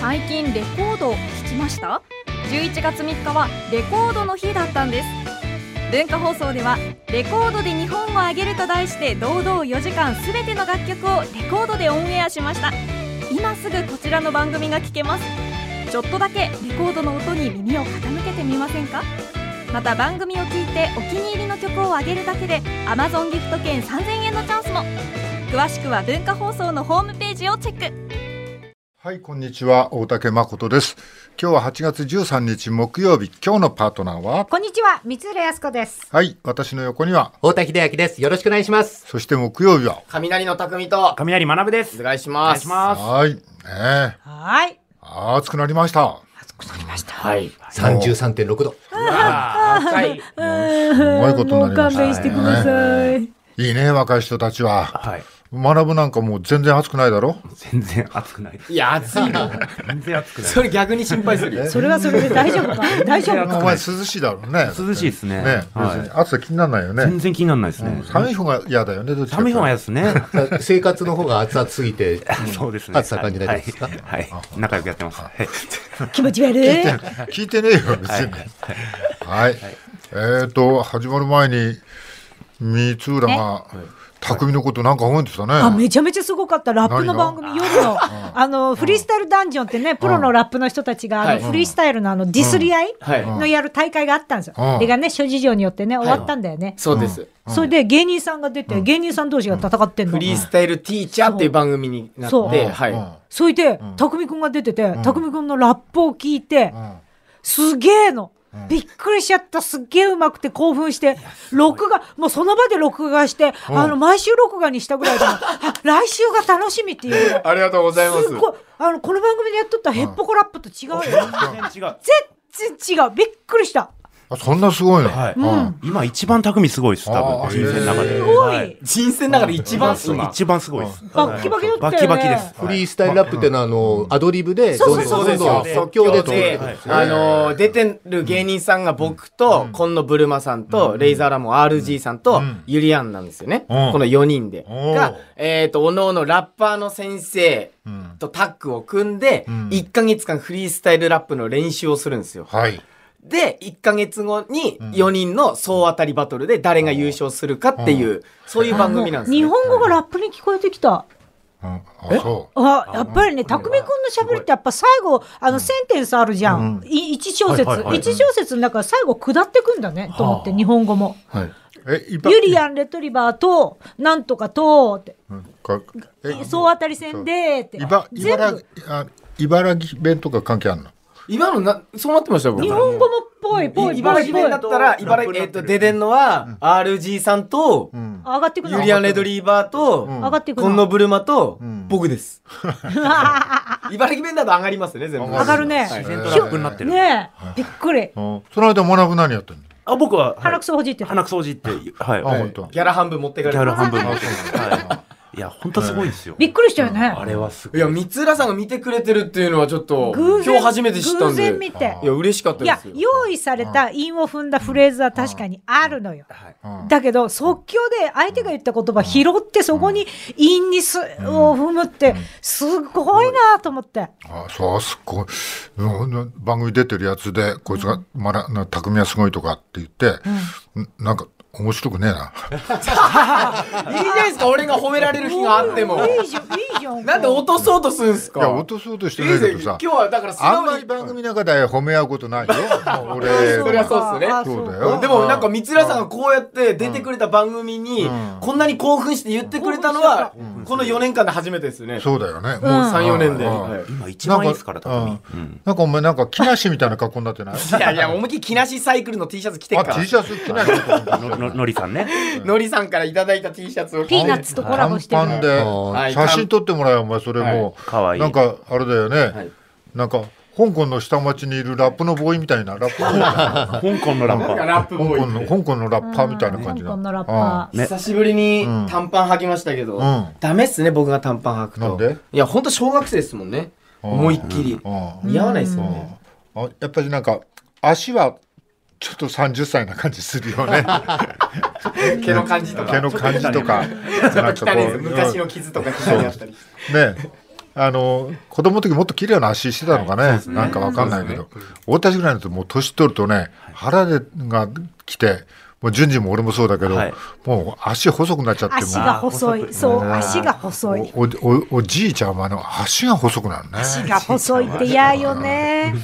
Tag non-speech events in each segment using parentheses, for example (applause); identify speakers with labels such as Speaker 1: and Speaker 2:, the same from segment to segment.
Speaker 1: 最近レコードを聴きました11月3日はレコードの日だったんです文化放送では「レコードで日本をあげる」と題して堂々4時間全ての楽曲をレコードでオンエアしました今すぐこちらの番組が聴けますちょっとだけレコードの音に耳を傾けてみませんかまた番組を聞いてお気に入りの曲をあげるだけで Amazon ギフト券3000円のチャンスも詳しくは文化放送のホームページをチェック
Speaker 2: はいこんにちは大竹誠です今日は8月13日木曜日今日のパートナーは
Speaker 3: こんにちは、三浦康子です。
Speaker 2: はい私の横には
Speaker 4: 大滝秀明です。よろしくお願いします。
Speaker 2: そして木曜日は
Speaker 5: 雷の匠と、
Speaker 6: 雷学です
Speaker 5: お。願いします。
Speaker 6: お願いしま
Speaker 2: はいねえ
Speaker 3: はい。
Speaker 2: 暑くなりました
Speaker 5: はい。
Speaker 4: 三十三点六度。
Speaker 6: あー若い。
Speaker 2: すごいことになりましたね
Speaker 3: さい。
Speaker 2: いいね若い人たちは
Speaker 6: はい。
Speaker 2: 学ぶなんかもう全然暑くないだろ
Speaker 6: 全然熱くない。
Speaker 5: いや、暑いよ。
Speaker 6: 全然熱くない。
Speaker 5: (laughs) それ逆に心配するよ。
Speaker 3: それはそれで大丈夫か大丈夫
Speaker 2: お前涼しいだろうね
Speaker 6: 涼しいですね。
Speaker 2: ね
Speaker 6: は
Speaker 2: 別に
Speaker 6: い。
Speaker 2: 暑さ気にならないよ
Speaker 6: 全
Speaker 2: ね
Speaker 6: 然気にならないですね。
Speaker 2: 寒い方が嫌だよねどっちかって
Speaker 6: 寒い方が嫌ですね。
Speaker 4: (laughs) 生活の方が暑々すぎて、
Speaker 6: (laughs) そうですね。
Speaker 4: 暑さ感じないですか。
Speaker 6: はいはい。はい仲良くやってます。はい。
Speaker 3: 気持ち悪い。
Speaker 2: 聞いてねえよ別にはいえーと始まる前に三浦が匠のことなんか褒めてたね
Speaker 3: あめちゃめちゃすごかったラップの番組夜のあのフリースタイルダンジョンってねプロのラップの人たちがあの
Speaker 5: うん
Speaker 3: フリースタイルのあのディスり合い
Speaker 5: はい
Speaker 3: のやる大会があったんですよ。
Speaker 2: うん
Speaker 3: あれがね諸事情によってね終わったんだよね。
Speaker 5: そうです。
Speaker 3: それで芸人さんが出て芸人さん同士が戦ってん
Speaker 5: フ
Speaker 3: の。
Speaker 5: リースタイルティーチャーっていう番組になっ
Speaker 3: そう
Speaker 5: て、
Speaker 2: うん
Speaker 5: はい。
Speaker 2: うん
Speaker 3: それで匠くんが出てて匠くんのラップを聞いて
Speaker 2: ん
Speaker 3: すげえの。びっくりしちゃったすっげえうまくて興奮して録画もうその場で録画してあの毎週録画にしたぐらいであ来週が楽しみっていうぐらい
Speaker 5: (laughs) ありがとうございます
Speaker 3: すごいあのこの番組でやっとったヘッポコラップと違うよ
Speaker 6: 全然違う。
Speaker 3: 全然違うびっくりした
Speaker 2: あそんなすごいの
Speaker 6: はい。
Speaker 2: うん
Speaker 6: 今一番匠すごいです。多
Speaker 2: あー
Speaker 6: 分人生の中
Speaker 2: へ
Speaker 6: で。
Speaker 2: ー
Speaker 3: すご。
Speaker 6: はい
Speaker 5: 人生の中で一番今。
Speaker 6: 一番すごいです。
Speaker 3: バッキバキだったよね
Speaker 6: バキバキです。
Speaker 4: フリースタイルラップっていうのは、あの、アドリブで、
Speaker 3: そう
Speaker 4: ど
Speaker 3: そ
Speaker 4: ん
Speaker 3: うそ
Speaker 4: どん
Speaker 3: う
Speaker 4: どんどん即興で作っていくんですね。
Speaker 5: あのー出てる芸人さんが僕と、今野ブルマさんと、レイザーラモン RG さんと、ゆりやんなんですよね。
Speaker 2: うん
Speaker 5: この4人で。
Speaker 2: おー
Speaker 5: が、えっと、おのおのラッパーの先生
Speaker 2: ん
Speaker 5: とタッグを組んで、
Speaker 2: ん
Speaker 5: 1ヶ月間フリースタイルラップの練習をするんですよ。
Speaker 2: はい
Speaker 5: で、1ヶ月後に4人の総当たりバトルで誰が優勝するかっていう、そういう番組なんです
Speaker 3: 日
Speaker 5: ね。
Speaker 3: 本語がラップに聞こえてきた
Speaker 2: うんあそ
Speaker 3: あやっぱりね匠君の喋りってやっぱ最後あのセンテンスあるじゃん、い一小節、一
Speaker 6: はいはいはい
Speaker 3: 小節の中最後下ってくんだねと思って日本語も
Speaker 2: うえいっ
Speaker 3: 「ユリアン・レトリバーとなんとかと」って
Speaker 2: うんかえ
Speaker 3: 「総当たり戦で」って
Speaker 2: 茨
Speaker 3: 全
Speaker 2: 茨
Speaker 3: 部
Speaker 2: あ茨城弁とか関係あるの
Speaker 5: 今のな、そうなってました僕
Speaker 3: 日本語もぽいぽいぽ
Speaker 5: 茨
Speaker 3: い
Speaker 5: 城
Speaker 3: ぽい
Speaker 5: 弁だったら、茨城、えっと、デデンのは、RG さんと、
Speaker 3: 上がってくる
Speaker 5: ユリアン・レドリーバーと、
Speaker 3: 上がってく
Speaker 5: コンノ
Speaker 3: (laughs) の
Speaker 5: ブルマと、僕です。茨城弁だと上がりますね、全部。
Speaker 2: 上
Speaker 3: 上がるね、
Speaker 5: はい
Speaker 6: 自然とラップになってる。
Speaker 3: ねえびっくり
Speaker 2: うんその間学ぶ何やってんの
Speaker 6: あ、僕ははい
Speaker 3: 鼻くそほじってた
Speaker 6: 鼻くそほじって、はい。
Speaker 2: あ
Speaker 6: はい
Speaker 2: 本当
Speaker 5: ギャラ半分持ってかれ
Speaker 6: ギャル
Speaker 5: る。
Speaker 6: 半分の。はい。いや、本当すごいですよ。
Speaker 3: びっくりしたよね
Speaker 6: あれはすご
Speaker 5: い
Speaker 6: い。
Speaker 5: や、三浦さんが見てくれてるっていうのはちょっと、
Speaker 3: 偶
Speaker 5: 今
Speaker 3: 然
Speaker 5: 日初めて知ったん
Speaker 3: 偶
Speaker 5: で。
Speaker 3: 然見
Speaker 5: い
Speaker 3: て
Speaker 5: や、嬉しかっ
Speaker 3: い
Speaker 5: たで
Speaker 3: や
Speaker 5: すよ。
Speaker 3: 用意された韻を踏んだフレーズは確かにあるのよ、
Speaker 2: うん
Speaker 3: だけど即興で相手が言った言葉拾ってそこに韻にす、を踏むってすごいなと思って、
Speaker 2: あそうすっごい、うん番組出てるやつでこいつが「まだな匠はすごい」とかって言って、んなんか面白くねえな
Speaker 5: いいじゃないですか、俺が褒められる日があっても。
Speaker 3: いいじゃんいいじゃん
Speaker 5: なんで落とそうとするんすか
Speaker 2: いや落とそうとして
Speaker 5: い
Speaker 2: ないいけ
Speaker 5: ぜ
Speaker 2: ど
Speaker 5: 今
Speaker 2: さ
Speaker 5: 日はだから素
Speaker 2: あん
Speaker 5: 直
Speaker 2: ま
Speaker 5: に
Speaker 2: り。番組の中で褒め合うことないよもう俺
Speaker 5: そりゃそうっすね
Speaker 3: あ
Speaker 2: そうだよ
Speaker 5: でもなんか三浦さんがこうやって出てくれた番組にこんなに興奮して言ってくれたのはこの4年間で初めてですよね。
Speaker 2: そうだよね、
Speaker 5: 3、4年で。
Speaker 2: うん
Speaker 5: はい
Speaker 6: 今一
Speaker 2: なん
Speaker 6: 番
Speaker 2: か
Speaker 6: いいですから、
Speaker 2: う
Speaker 6: 匠
Speaker 2: ん。
Speaker 6: うん
Speaker 2: なんかお前なんか木梨みたいな格好になってないあ
Speaker 5: いやいや、思いっきり木梨サイクルの T シャツ着てっから
Speaker 2: T。シャツ着ないのと思った
Speaker 6: のののりさんね。
Speaker 5: (laughs) のりさんからいただいた T シャツを着て
Speaker 3: ピーナッツとコラボしてる
Speaker 2: 短パンで
Speaker 5: はい
Speaker 2: 写真撮ってもらえよお前それもう、
Speaker 6: かわいい
Speaker 2: なんかあれだよね、
Speaker 5: い
Speaker 2: なんか香港の下町にいるラップのボーイみたいなラップのボーイみたいな
Speaker 6: 香港のランパ
Speaker 5: なんか
Speaker 6: ー。
Speaker 5: ラップ
Speaker 2: 香
Speaker 5: ボ
Speaker 2: 港
Speaker 5: ー
Speaker 2: の
Speaker 5: イ。
Speaker 2: 香港のラッパーみたいな感じ
Speaker 3: 香
Speaker 2: だ
Speaker 3: 港のラッ
Speaker 2: あ
Speaker 3: パー
Speaker 5: 久しぶりに短パン履きましたけど
Speaker 2: ん、
Speaker 5: ダメっすね、僕が短パン履くと。
Speaker 2: なんで
Speaker 5: いや、ほんと小学生ですもんね。思いっきり。
Speaker 2: あ
Speaker 5: 似合わないっすよね。
Speaker 2: ああやっぱりなんか足はちょっと30歳な感じするよね
Speaker 5: (laughs) 毛の感じとか。
Speaker 2: 毛の感じとか
Speaker 5: ちょっと汚いです。昔の
Speaker 2: ね
Speaker 5: 傷とか汚いあったりして。
Speaker 2: あの子供の時もっと綺麗な足してたのかね、なんかわかんないけど、俺たちぐらいのともう年取るとね腹でが来てもう順次も俺もそうだけど、
Speaker 6: はい
Speaker 2: もう足細くなっちゃってもう
Speaker 3: 足が細い。そう、足が細い。
Speaker 2: おおおおじいちゃんはあの足が細くなるね
Speaker 3: 足が細いって嫌よね。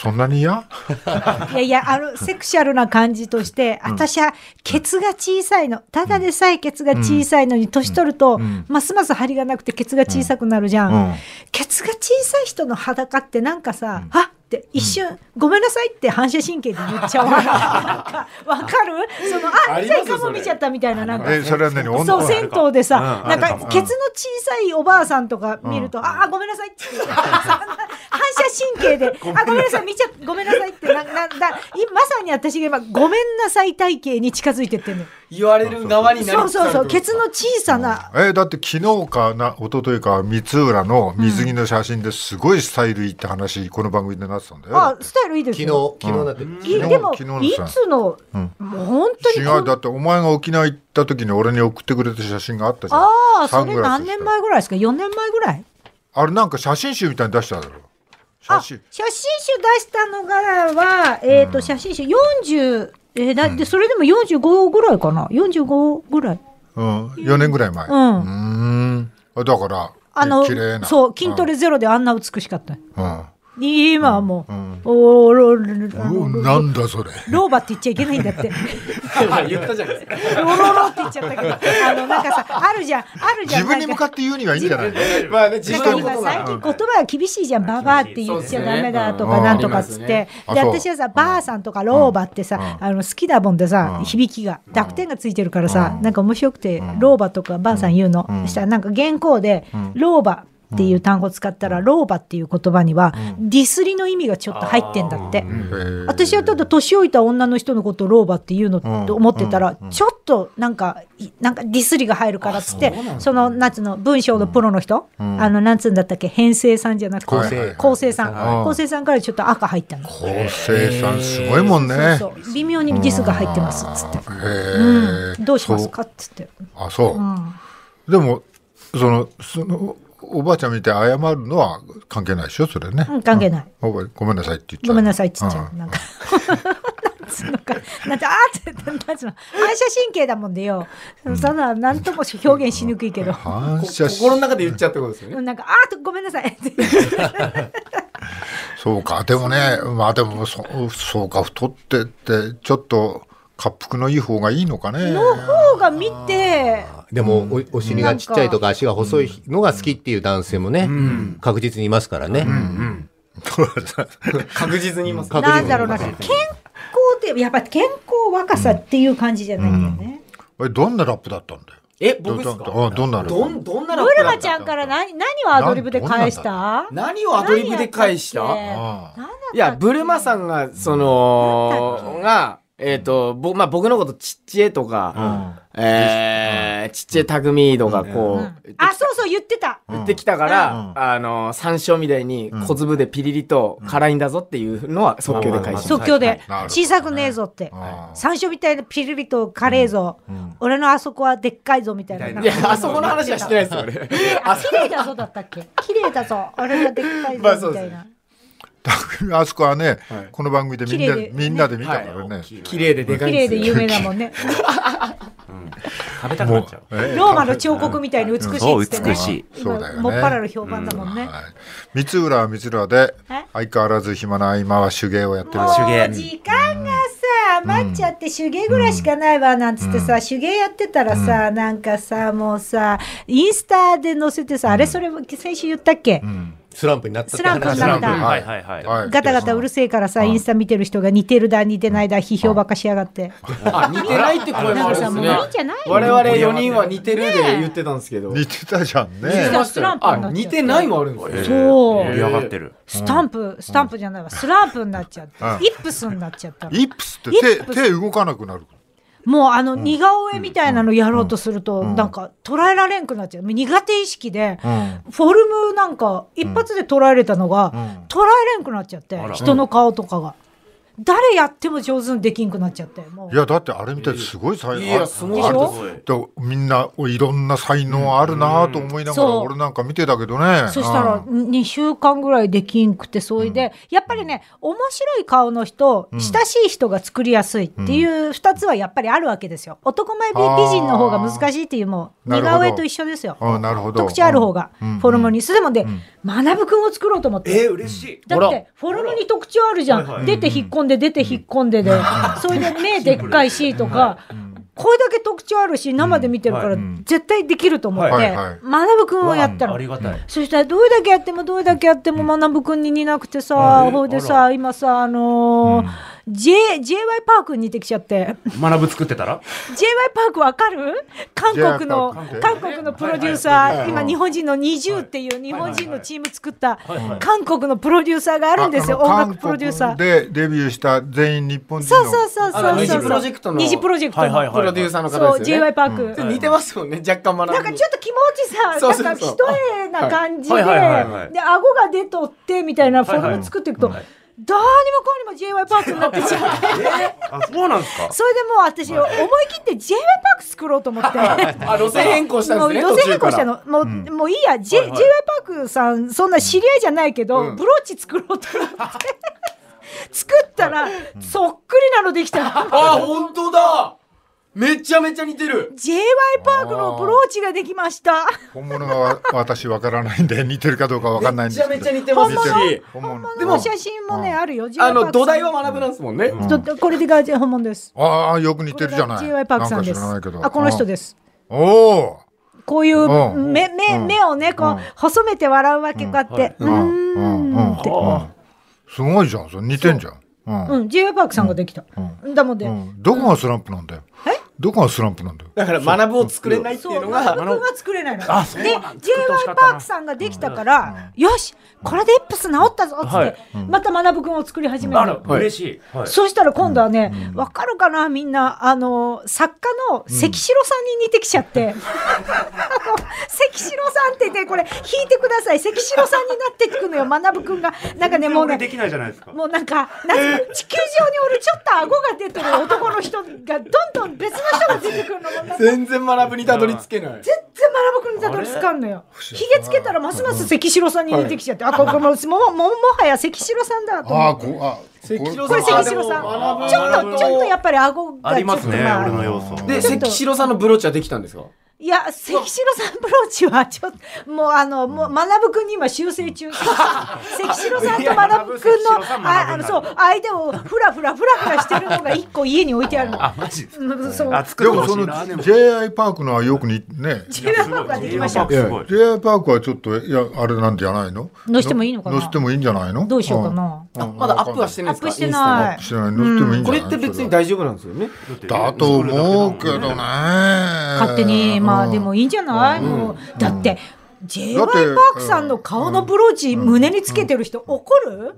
Speaker 2: そんなに嫌
Speaker 3: いやいや、あの、セクシャルな感じとして、私は、ケツが小さいの。ただでさえケツが小さいのに、年取ると、ますます張りがなくてケツが小さくなるじゃ
Speaker 2: うん
Speaker 3: ん。ケツが小さい人の裸ってなんかさ、あって一瞬、ごめんなさいって反射神経で言っちゃう。なんか、わかるその、あ、
Speaker 5: あ
Speaker 3: 一
Speaker 5: りま
Speaker 3: 回
Speaker 5: すよ
Speaker 3: かも
Speaker 5: それ
Speaker 3: 見ちゃったみたいな、なんか。
Speaker 2: えそれは何
Speaker 3: そう、
Speaker 2: 女
Speaker 3: 銭湯でさ、
Speaker 6: うん
Speaker 3: なんか
Speaker 6: あるか、も
Speaker 3: ケツの小さいおばあさんとか見ると、ああ、ごめんなさいって (laughs) 言って、反射神経で、あ、ごめんなさい、見ちゃ、ごめんなさいって、な、な、だ、今まさに私が今、ごめんなさい体型に近づいてってんの。
Speaker 5: 言われる側になり
Speaker 3: そう
Speaker 5: つつ
Speaker 3: そう
Speaker 5: あ
Speaker 3: そう、
Speaker 5: るって
Speaker 3: ケ
Speaker 5: こと
Speaker 3: ツの小さな、
Speaker 2: えだって昨日かな一昨日か三浦の水着の写真ですごいスタイルいいって話この番組でなってたんだよ。だ
Speaker 3: あ
Speaker 2: っ、て
Speaker 3: スタイルいいです
Speaker 4: 昨日
Speaker 3: よ。、
Speaker 4: 昨日なって。
Speaker 3: いい
Speaker 2: 昨日
Speaker 3: でも、い
Speaker 2: 昨日のさ
Speaker 3: つの、もう本当
Speaker 2: 違
Speaker 3: にこ、
Speaker 2: うんだってお前が沖縄行った時に俺に送ってくれた写真があったじゃん。
Speaker 3: ああ、
Speaker 2: サ
Speaker 3: そ
Speaker 2: ン
Speaker 3: れ
Speaker 2: グラス
Speaker 3: 何年前ぐらいですか ?4 年前ぐらい
Speaker 2: あれなんか写真集みたいに出しただろ。写
Speaker 3: あ
Speaker 2: 真
Speaker 3: 写。真集出したのがは、えーと写真集40、えーだってそれでも45ぐらいかな45ぐらい
Speaker 2: うん。四年ぐらい前。う
Speaker 3: うん
Speaker 2: ーん。あだから
Speaker 3: あの
Speaker 2: 綺麗な。
Speaker 3: そう筋トレゼロであんな美しかった、
Speaker 2: うん。
Speaker 3: 今はもう、おーロロ
Speaker 2: う
Speaker 3: ロ
Speaker 2: ん。なんだそれ。
Speaker 3: ローバって言っちゃいけないんだって。
Speaker 5: 言ったじゃないですか
Speaker 3: ロロロって言っちゃったけど、あの、なんかさ、あるじゃん、あ (laughs) るじゃん。
Speaker 2: 自分に向かって言うにはいいんじゃないの。
Speaker 5: まあね自
Speaker 3: なんか
Speaker 5: 分の
Speaker 3: 今
Speaker 5: こ
Speaker 3: 最近言葉
Speaker 5: とが
Speaker 3: が厳しいじゃん、ババアって言っちゃダメだと
Speaker 2: う
Speaker 3: か
Speaker 2: ん
Speaker 3: なんとかっつっ
Speaker 5: うんあり
Speaker 3: て。
Speaker 2: ますね
Speaker 3: で、
Speaker 2: あそう
Speaker 3: 私はさ、ばあさんとか老婆ってさ、あの、好きだもんで
Speaker 2: う
Speaker 3: さ
Speaker 2: ん、
Speaker 3: 響きが、濁点がついてるからさ
Speaker 2: う、ん
Speaker 3: なんか面白くて、老婆とかばあさん言うの。そしたらなんか原稿で、老婆っていう単語使ったら、老婆っていう言葉には、ディスりの意味がちょっと入ってんだって。
Speaker 2: へえ
Speaker 3: 私はただ年老いた女の人のことを老婆っていうのと思ってたら、ちょっとなんかいなんかディスりが入るからっつってそのなんつうの文章のプロの人、あのなんつうんだったっけ編成さんじゃなくて
Speaker 2: 構成
Speaker 3: 構成さん
Speaker 2: うん
Speaker 3: 構成さんからちょっと赤入ったの。
Speaker 2: 構成さんすごいもんね。
Speaker 3: そうそう微妙にディスが入ってますっつって、
Speaker 2: へえ。
Speaker 3: どうしますかっつって
Speaker 2: あそう、でもそのそのおばあちゃん見て謝るのは関係ないでしょそれね、
Speaker 3: うん関係ない
Speaker 2: おばごめんなさいって言っちゃう
Speaker 3: ごめんなさいっつっちゃう、
Speaker 2: ん
Speaker 3: なんか (laughs) なんつうのかなんてあーってなんつうの反射神経だもんでよそんななんとも表現しにくいけど
Speaker 2: 反
Speaker 5: こ
Speaker 2: 射し
Speaker 5: 心の中で言っちゃうってことですよね
Speaker 3: うんなんか、あーと、ごめんなさい。 (laughs)
Speaker 2: そうかでもねまあでもそそうか太ってってちょっと滑腹のいい方がいいのかね
Speaker 3: の方が見て、
Speaker 4: でも、おお尻がちっちゃいとか足が細いのが好きっていう男性もね、確実にいますからね。
Speaker 5: 確実に言います、
Speaker 4: 確実
Speaker 3: な
Speaker 4: に
Speaker 3: ん
Speaker 4: い
Speaker 3: だろうな、
Speaker 4: ま
Speaker 3: 健
Speaker 4: す
Speaker 3: 康って、やっぱ健康若さっていう感じじゃないんだよね。
Speaker 2: えどんなラップだったんだよ
Speaker 5: え僕です
Speaker 2: ど
Speaker 5: か
Speaker 2: どどんなラップ
Speaker 5: どんどんなラッ
Speaker 3: ブ
Speaker 5: プ
Speaker 3: ル
Speaker 5: だ
Speaker 3: マ
Speaker 5: っ
Speaker 3: ちゃん
Speaker 5: た
Speaker 3: から何、何をアドリブで返した
Speaker 5: 何をアドリブで返した
Speaker 3: 何や
Speaker 2: ああ
Speaker 5: いや、ブルマさんが、その、が、えっ、と、ぼ、まあ、僕のことちっちえとか、えー、ちっちえたくみとか、こう、
Speaker 3: あ、そうそう、言ってた。
Speaker 5: 言ってきたから、
Speaker 2: うん
Speaker 5: あの、山椒みたいに小粒でピリリと辛いんだぞっていうのは即興で返し
Speaker 3: 即興で
Speaker 2: なるほどね
Speaker 3: 小さくねえぞって
Speaker 2: あー (laughs)
Speaker 3: 山椒みたいなピリリとカレーぞ俺のあそこはでっかいぞみたいない
Speaker 5: (laughs) や、あそこの話はしてないですよ、俺。
Speaker 3: あ綺麗だぞだったっけ綺麗だぞ俺がでっかい
Speaker 5: まあ
Speaker 3: ぞ
Speaker 5: そう
Speaker 3: み
Speaker 5: で
Speaker 3: た
Speaker 5: す
Speaker 3: いな
Speaker 2: あそこはね、
Speaker 5: はい
Speaker 2: この番組でみんな
Speaker 3: 綺麗で
Speaker 2: みんなで見たからね、
Speaker 5: (laughs) 綺麗ででか
Speaker 3: 綺麗
Speaker 5: いんで
Speaker 3: です
Speaker 5: よ。
Speaker 3: 有名だもんね
Speaker 6: 食べたくな
Speaker 2: もう
Speaker 6: っちゃう。
Speaker 2: え
Speaker 3: ローマの彫刻みたいに美しいっ
Speaker 6: そう、
Speaker 3: つってね
Speaker 6: 美しい。
Speaker 2: そうだよね
Speaker 3: もっぱらの評判だもん
Speaker 2: は
Speaker 3: ね、
Speaker 2: い、三浦は三浦で
Speaker 3: え
Speaker 2: 相変わらず暇な合間は手芸をやってる
Speaker 3: も
Speaker 2: わけ
Speaker 6: 手
Speaker 3: う
Speaker 6: 芸
Speaker 3: 時間がさ余っちゃって手芸ぐらいしかないわなんつってさ手芸やってたらさなんかさもうさインスタで載せてさあれそれ先週言ったっけ
Speaker 4: スランプになったっ
Speaker 3: ス
Speaker 4: て
Speaker 3: ランプ
Speaker 4: 話
Speaker 3: になっ
Speaker 2: スランプ
Speaker 3: た
Speaker 6: はいはいはい。
Speaker 2: は
Speaker 3: ガタガタうるせえからさインスタ見てる人が似てるだ似てないだ批評ばっかしやがって
Speaker 5: あ、似てないって声もあるんで
Speaker 3: なんかさ
Speaker 5: すね
Speaker 3: もういいんじゃない。
Speaker 5: 我々4人は似てるで言ってたんですけど。
Speaker 2: 似てたじゃん
Speaker 5: 似
Speaker 2: ね
Speaker 5: てましたよ
Speaker 3: スランプになっちゃ
Speaker 5: あ
Speaker 3: う
Speaker 5: 似てないもあるんですね。
Speaker 3: そう
Speaker 6: 盛り上がってる。
Speaker 3: スタンプスタンプじゃないわスランプになっちゃって
Speaker 2: うん
Speaker 3: イップスになっちゃったの
Speaker 2: イップスっ
Speaker 3: イッ
Speaker 2: て手
Speaker 3: プス
Speaker 2: 手動かなくなる
Speaker 3: もうあの似顔絵みたいなのやろうとするとなんか捉えられんくなっちゃうもう苦手意識で
Speaker 2: ん
Speaker 3: フォルムなんか一発で捉えれたのが捉えれんくなっちゃって
Speaker 6: あら
Speaker 3: 人の顔とかが。誰やっても上手にできんくなっちゃったよもう
Speaker 2: いやだってあれ見てすごい才能、
Speaker 5: いやすご
Speaker 3: いでしょ
Speaker 2: ょみんないろんな才能あるなと思いながら、
Speaker 3: そう
Speaker 2: 俺なんか見てたけどね
Speaker 3: そしたら
Speaker 2: うん
Speaker 3: 2週間ぐらいできんくてそいで、やっぱりね面白い顔の人、
Speaker 2: うん
Speaker 3: 親しい人が作りやすいっていう2つはやっぱりあるわけですよ男前美人の方が難しいっていうもう
Speaker 2: あー
Speaker 3: 似
Speaker 2: なるほ
Speaker 3: 顔
Speaker 2: ど
Speaker 3: 絵と一緒ですよ
Speaker 2: あなるほど
Speaker 3: 特徴ある方が、
Speaker 2: うん
Speaker 3: フォルムにそれでもね、
Speaker 2: ん
Speaker 3: 学くんを作ろうと思って。
Speaker 7: えー、嬉しい。
Speaker 3: だってフォルムに特徴あるじゃん、出て引っ込んで出て引っ込んでで、 (laughs) それで目でっかいしとか、これだけ特徴あるし生で見てるから
Speaker 2: ん
Speaker 3: 絶対できると思って、
Speaker 2: はいはい
Speaker 3: 学くんをやったの
Speaker 6: ありがたい。
Speaker 3: そしたらどれだけやってもどれだけやっても学くんに似なくてさ、ほいでさ今さあのー J JY パークに似てきちゃって
Speaker 7: 学ぶ作ってたら
Speaker 3: JY パークわかる韓国
Speaker 2: JY
Speaker 3: の
Speaker 2: パークね
Speaker 3: 韓国のプロデューサ
Speaker 2: はいは
Speaker 3: ー
Speaker 2: い
Speaker 3: 今日本人の NiziU っていう日本人のチーム作った韓国のプロデューサーがあ
Speaker 2: あ
Speaker 3: るんですよ
Speaker 2: あの
Speaker 3: 音楽プロデューサ
Speaker 2: 韓
Speaker 3: ー。
Speaker 2: 国でデビューした全員日本人
Speaker 3: そう
Speaker 2: の
Speaker 3: そうそう
Speaker 5: あ
Speaker 3: そう
Speaker 5: の
Speaker 3: そう
Speaker 5: 二次プロジェクトの
Speaker 3: 二次プロジェクト
Speaker 6: はいはい
Speaker 5: プロデューサーの
Speaker 3: そ
Speaker 5: 方
Speaker 3: う
Speaker 5: ですよ
Speaker 3: JY
Speaker 5: ね。
Speaker 3: パーク。
Speaker 5: 似てますもんね、若干学ぶ。
Speaker 3: なんかちょっと気持ちさ、
Speaker 5: そうそうそう
Speaker 3: なんか一重な感じで、
Speaker 6: はいはいはいはいはい
Speaker 3: で、顎が出とってみたいなフォルム作っていくと、どうにもこうにも JY パークになってちゃって、
Speaker 7: あそうなんですか
Speaker 3: それでもう私、思い切って JY パーク作ろうと思って。
Speaker 5: あ、路線変更したん
Speaker 3: もう
Speaker 5: ですね、
Speaker 3: 路
Speaker 5: 途
Speaker 3: 線
Speaker 5: 中
Speaker 3: 変
Speaker 5: か
Speaker 3: 更した
Speaker 5: ら。
Speaker 3: の、もう、もういいや、J、
Speaker 6: い
Speaker 3: J. Y. パークさん、そんな知り合いじゃないけど、ブローチ作ろうと思って。 (laughs) 作ったら、そっくりなのできた。
Speaker 5: あ、本当だめちゃめちゃ似てる
Speaker 3: J. Y. パークのブローチができました。
Speaker 2: 本物がわ私わからないんで似てるかどうかわかんないん
Speaker 5: め
Speaker 2: で
Speaker 5: ちゃ
Speaker 2: すけ
Speaker 5: め
Speaker 2: ど
Speaker 5: ちゃ似てますし、
Speaker 2: 本物
Speaker 3: で
Speaker 5: で
Speaker 3: も
Speaker 5: も
Speaker 3: 写真もね、あるよ。
Speaker 5: あ
Speaker 3: J.Y. パーク
Speaker 5: の、
Speaker 3: さん
Speaker 5: 土台は学ぶなんですもんね。
Speaker 3: ちょっとこれでがじ本物です。
Speaker 2: ああよく似てるじゃない
Speaker 3: J.Y. パークさん
Speaker 2: な
Speaker 3: で
Speaker 2: ん
Speaker 3: す
Speaker 2: か知らないけ。ど
Speaker 3: あこの人です。
Speaker 2: おお
Speaker 3: こういう
Speaker 2: うん
Speaker 3: 目目
Speaker 2: うん
Speaker 3: 目をねこう
Speaker 2: うん
Speaker 3: 細めて笑うわけがあって、う
Speaker 2: う
Speaker 3: ー
Speaker 2: んうんうん
Speaker 3: んって。
Speaker 2: うんすごいじゃんそれ似てんじゃんうん
Speaker 3: うん J.Y. パークさんができた。だもんで、
Speaker 2: うんどこがスランプなんだよどこがスランプなんだよ
Speaker 5: だから学ぶを作れないってい
Speaker 3: そうう、
Speaker 5: の
Speaker 3: 中
Speaker 5: が、
Speaker 3: 野くんは作れないの。で、
Speaker 6: あそう
Speaker 3: J.Y.
Speaker 6: なんだ作ってほしかった
Speaker 3: パ
Speaker 6: な
Speaker 3: ークさんができたから、よし、これでイップス治ったぞっつっ
Speaker 6: は
Speaker 3: て
Speaker 6: い、
Speaker 3: また学ぶくんを作り始め
Speaker 6: あ
Speaker 3: た
Speaker 6: ら
Speaker 3: の。
Speaker 6: 嬉しい。はい。
Speaker 3: そしたら今度はね、わかるかなみんな、あの、作家の関城さんに似てきちゃって。あの関城さんってね、これ、引いてください。関城さんになってくのよ、学ぶくんが。なんかね、もうね
Speaker 7: で、きないじゃないですか
Speaker 3: もうなんか、なんか地球上におるちょっと顎が出てる男の人が、どんどん別の人が出てくるのもなんか
Speaker 5: 全然学ぶにたどり着けない。
Speaker 3: 全然学ぶくんにたどり着かんのよ。ひげつけたらますます関城さんに似てきちゃって、あ、ここもうもももはや関城さんだと
Speaker 2: ああ
Speaker 3: 思う。
Speaker 2: こあ
Speaker 5: 関城
Speaker 3: これ関城さ
Speaker 5: あ
Speaker 3: ん。
Speaker 5: でも
Speaker 3: ちょっと、ちょっとやっぱり顎が
Speaker 6: あります
Speaker 3: ち
Speaker 6: ね
Speaker 3: ょっとあ
Speaker 6: 俺の
Speaker 7: 要素
Speaker 5: で、
Speaker 3: ちょっと
Speaker 5: 関城さんのブローチはできたんですか
Speaker 3: いや、関城さんブローチはちょっと、もうあの、もう、学くんに今修正中。関城さんと学くん
Speaker 7: い
Speaker 3: の
Speaker 7: や学ぶ関城さん学ぶん、だ
Speaker 3: ああの、そう、相手をふらふらふらふらしてるのが一個家に置いてあるの。
Speaker 7: あマジですか
Speaker 3: うんそう。
Speaker 7: あ
Speaker 2: で
Speaker 7: 作って
Speaker 2: も
Speaker 7: ほ
Speaker 2: そ
Speaker 7: しい
Speaker 2: の
Speaker 7: なでも
Speaker 2: J.I. パークのはよく似
Speaker 5: (laughs)
Speaker 2: ね
Speaker 3: チェーンができました。
Speaker 7: すごい
Speaker 2: J.I. パークはちょっといやあれなんじゃないの
Speaker 3: 乗してもいいのかな
Speaker 2: 乗せてもいいんじゃないの
Speaker 3: どうしようかな。
Speaker 2: うんうん
Speaker 5: まだアップはして
Speaker 3: ア
Speaker 5: ない
Speaker 3: ッ
Speaker 5: ですか
Speaker 3: プして
Speaker 5: イン
Speaker 3: ない。
Speaker 2: してない乗せてもいい
Speaker 5: ス
Speaker 2: ん
Speaker 5: タの
Speaker 2: じゃな
Speaker 5: これ
Speaker 2: い
Speaker 5: って別に大丈夫なんですよね。
Speaker 2: だと思うけどね
Speaker 3: 勝
Speaker 2: 勝
Speaker 3: 手に、まあでもいいんじゃない、もうだって、j y パークさんの顔のブローチ、胸につけてる人、怒る、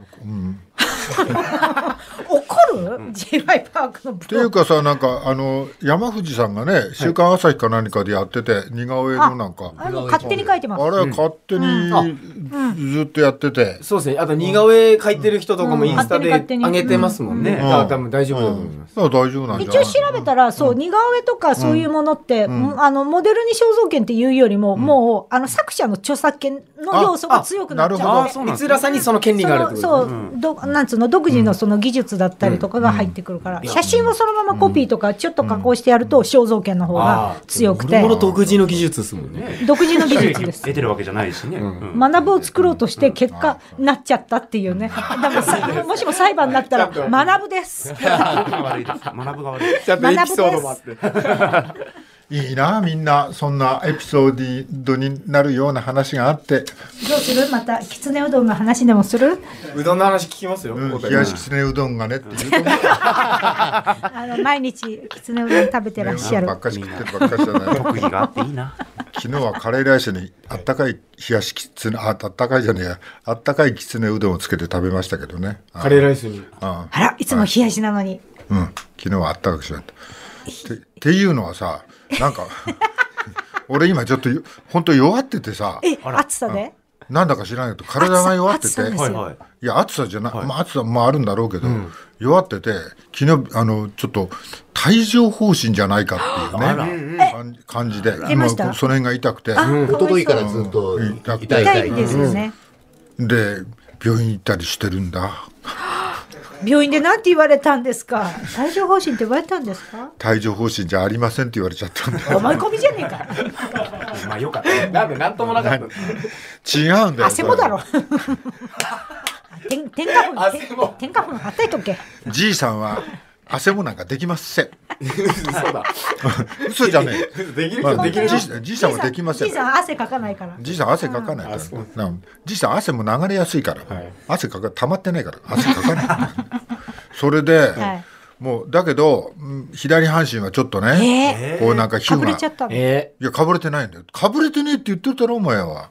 Speaker 3: 怒る、j y パークのブ
Speaker 2: ってい
Speaker 3: ロー
Speaker 2: う
Speaker 3: チ。
Speaker 2: かさなんかあの山藤さんがね「週刊朝日」か何かでやってて似顔絵のなんか
Speaker 3: あれもう勝手に書いて
Speaker 2: あ
Speaker 3: ます。
Speaker 2: れは勝手にずっとやってて
Speaker 5: そうですね。あと似顔絵描いてる人とかもインスタで
Speaker 3: 勝手に
Speaker 5: 上げてますもんね。
Speaker 7: うん
Speaker 5: だから多分大丈夫だと思います。
Speaker 2: だから大丈夫なんじ
Speaker 3: 一
Speaker 2: ゃな
Speaker 3: 応
Speaker 2: い
Speaker 3: 調べたら、そう、似顔絵とかそういうものって、うんあの、モデルに肖像権っていうよりも、もう、あの、作者の著作権の要素が強くなっちゃう
Speaker 2: あなるほ
Speaker 3: ので
Speaker 2: ど
Speaker 7: そうなんです
Speaker 5: 光浦さんにその権利があるってことです
Speaker 3: そ
Speaker 5: ね
Speaker 3: のそう、どなんつうの独自のその技術だったりとかが入ってくるから、写真をそのままコピーとかちょっと加工してやると肖像権の方が強くて、
Speaker 5: この独自の技術ですもんね。
Speaker 3: 独自の技術です
Speaker 5: (laughs)
Speaker 7: 出てるわけじゃないしね。うん
Speaker 3: 学ぶを作ろうとして結果なっちゃったっていう
Speaker 5: (laughs)
Speaker 3: ねだからさもしも裁判になったら学ぶです
Speaker 7: 学ぶが悪いです。学ぶが悪いです。
Speaker 5: ちゃんとエピソードもあって。
Speaker 2: いいなみんなそんなエピソードになるような話があって
Speaker 3: どうするまたきつねうどんの話でもする
Speaker 5: うどんの話聞きますよ。
Speaker 2: うん冷
Speaker 5: 答え
Speaker 2: やしきつねうどんがねっていうとね
Speaker 3: あ
Speaker 5: (laughs)
Speaker 3: の毎日きつねうどん食べてらっしゃる
Speaker 2: ばっかり食ってるばっかりじゃない
Speaker 7: 特技があっていいな。
Speaker 2: 昨日はカレーライスにあったかい冷やしきつねああったかいじゃねえやあったかいきつねうどんをつけて食べましたけどねあ
Speaker 5: カレーライスに。
Speaker 2: あ
Speaker 3: あらいつも冷やしなのに
Speaker 2: うん、昨日はあったかくしまった。てっていうのはさ、 (laughs) なんか、俺今ちょっとよ、本当弱っててさ、
Speaker 3: え暑さで
Speaker 2: なんだか知らないけど体が弱って
Speaker 3: 暑
Speaker 2: て
Speaker 3: さ暑さです
Speaker 7: はい
Speaker 3: よ
Speaker 7: はい。
Speaker 2: いや暑さじゃない、まあ、暑さもあるんだろうけど、弱ってて昨日あのちょっと帯状疱疹じゃないかっていうね感じ感じで
Speaker 3: 出ました
Speaker 2: もうその辺が痛くて
Speaker 3: あ
Speaker 4: 一昨日からずっと
Speaker 2: うん
Speaker 4: 痛い痛い
Speaker 3: 痛いですよね。
Speaker 2: で病院行ったりしてるんだ
Speaker 3: 病院でなんて言われたんですか。帯状疱疹って言われたんですか。
Speaker 2: 帯状疱疹じゃありませんって言われちゃったんだ
Speaker 3: 思い込みじゃねえ
Speaker 2: (laughs)
Speaker 3: か。
Speaker 7: まあよか
Speaker 5: (laughs)
Speaker 7: った。
Speaker 5: なんでなんともなかった。
Speaker 2: 違うんだよ
Speaker 3: 汗もだろ。
Speaker 2: (laughs)
Speaker 3: 天天下粉
Speaker 5: 汗も
Speaker 3: 天下粉はったいとけ。
Speaker 2: それじいさんは汗もなんかできません
Speaker 5: そうだ。
Speaker 2: 嘘じゃねえ
Speaker 7: で
Speaker 3: (laughs)
Speaker 7: きる
Speaker 2: まあ
Speaker 7: 人
Speaker 2: で
Speaker 7: で
Speaker 2: き
Speaker 7: き
Speaker 2: る
Speaker 7: る
Speaker 2: じいじいさんはできません
Speaker 3: じいさん汗かかないから。
Speaker 2: じいさん汗かかないから、なんじいさん汗も流れやすいから、汗かか溜まってない
Speaker 3: (laughs)
Speaker 2: から汗かかないそれで、
Speaker 3: はい
Speaker 2: もうだけどうん左半身はちょっとね、
Speaker 3: ええ
Speaker 2: こうなんか皮
Speaker 3: か
Speaker 2: 膚
Speaker 3: ぶ
Speaker 2: が
Speaker 3: れちゃったの。
Speaker 5: え
Speaker 2: いやかぶれてないんだよかぶれてねえって言ってたろお前は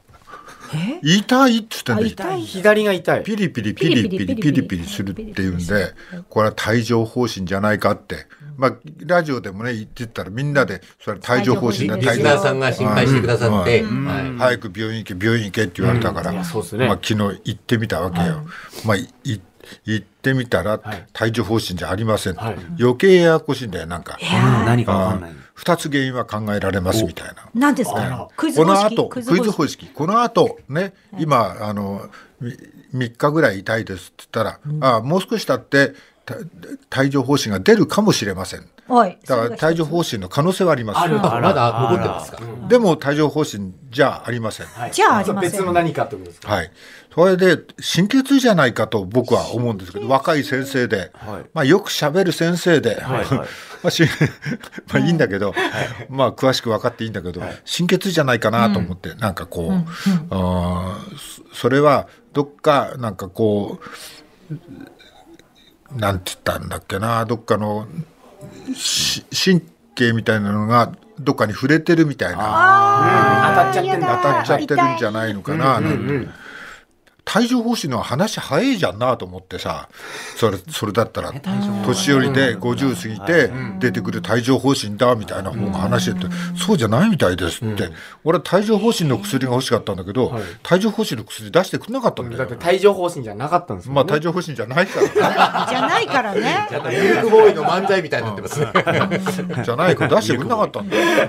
Speaker 2: 痛いっつってん
Speaker 3: あ
Speaker 2: だよ
Speaker 3: 痛い
Speaker 5: ー。左が痛い。
Speaker 2: ピリピリピリピリピリピリするっていうんでこれは帯状疱疹じゃないかってまあラジオでもね言ってたらみんなでそれは帯状疱疹だ
Speaker 4: リス
Speaker 2: 帯
Speaker 4: ナ
Speaker 2: 状
Speaker 4: ーさんが心配してくださって、はい
Speaker 2: 早く病院行け病院行けって言われたから、まあ
Speaker 5: そうっ
Speaker 2: 昨
Speaker 5: す
Speaker 2: 日
Speaker 5: ね
Speaker 2: 行ってみたわけよ、まあいい行ってみたら帯状疱疹じゃありません、余計ややこしいんだよなんか、
Speaker 7: 何かわかんない。
Speaker 2: 2つ原因は考えられますみたいな。
Speaker 3: なんですか。クイズ
Speaker 2: こ
Speaker 3: 方
Speaker 2: の
Speaker 3: 式。
Speaker 2: 後クイズ方式この後ね、今あの3日ぐらい痛いですって言ったら、あもう少し経ってた帯状疱疹が出るかもしれません
Speaker 3: おい。
Speaker 2: だから帯状疱疹の可能性はあります
Speaker 4: あまだ残ってますか。
Speaker 2: でも帯状疱疹じゃありませんはい、
Speaker 3: じゃあありません。
Speaker 5: 別の何かってことですか。
Speaker 2: それで神経痛じゃないかと僕は思うんですけど若い先生で、まあ、よくしゃべる先生で、 (laughs) まあ、しまあいいんだけど、まあ詳しく分かっていいんだけど、神経痛じゃないかなと思って、なんかこう、あーそそれはどっかなんかこうなんて言ったんだっけなどっかのし神経みたいなのがどっかに触れてるみたいな
Speaker 5: 当たっちゃってん
Speaker 2: 当
Speaker 5: だ。
Speaker 2: たっちゃってるんじゃ
Speaker 3: ん。
Speaker 2: ないのかななんて帯状疱疹の話早いじゃんなと思ってさそれそれだったら年寄りで50過ぎて出てくる帯状疱疹だみたいな方が話しててそうじゃないみたいですって俺は帯状疱疹の薬が欲しかったんだけど帯状疱疹の薬出してくれなかったんだ
Speaker 5: だっ
Speaker 2: よ
Speaker 5: て帯状疱疹じゃなかったんです
Speaker 2: ま
Speaker 5: も
Speaker 2: あ
Speaker 5: んね。
Speaker 2: 帯状疱疹じゃないからね
Speaker 3: じゃないか
Speaker 2: (laughs)
Speaker 3: らね。
Speaker 4: ミルクボーイの漫才みたいになってますね。
Speaker 2: じゃないから出してくれなかったんだよ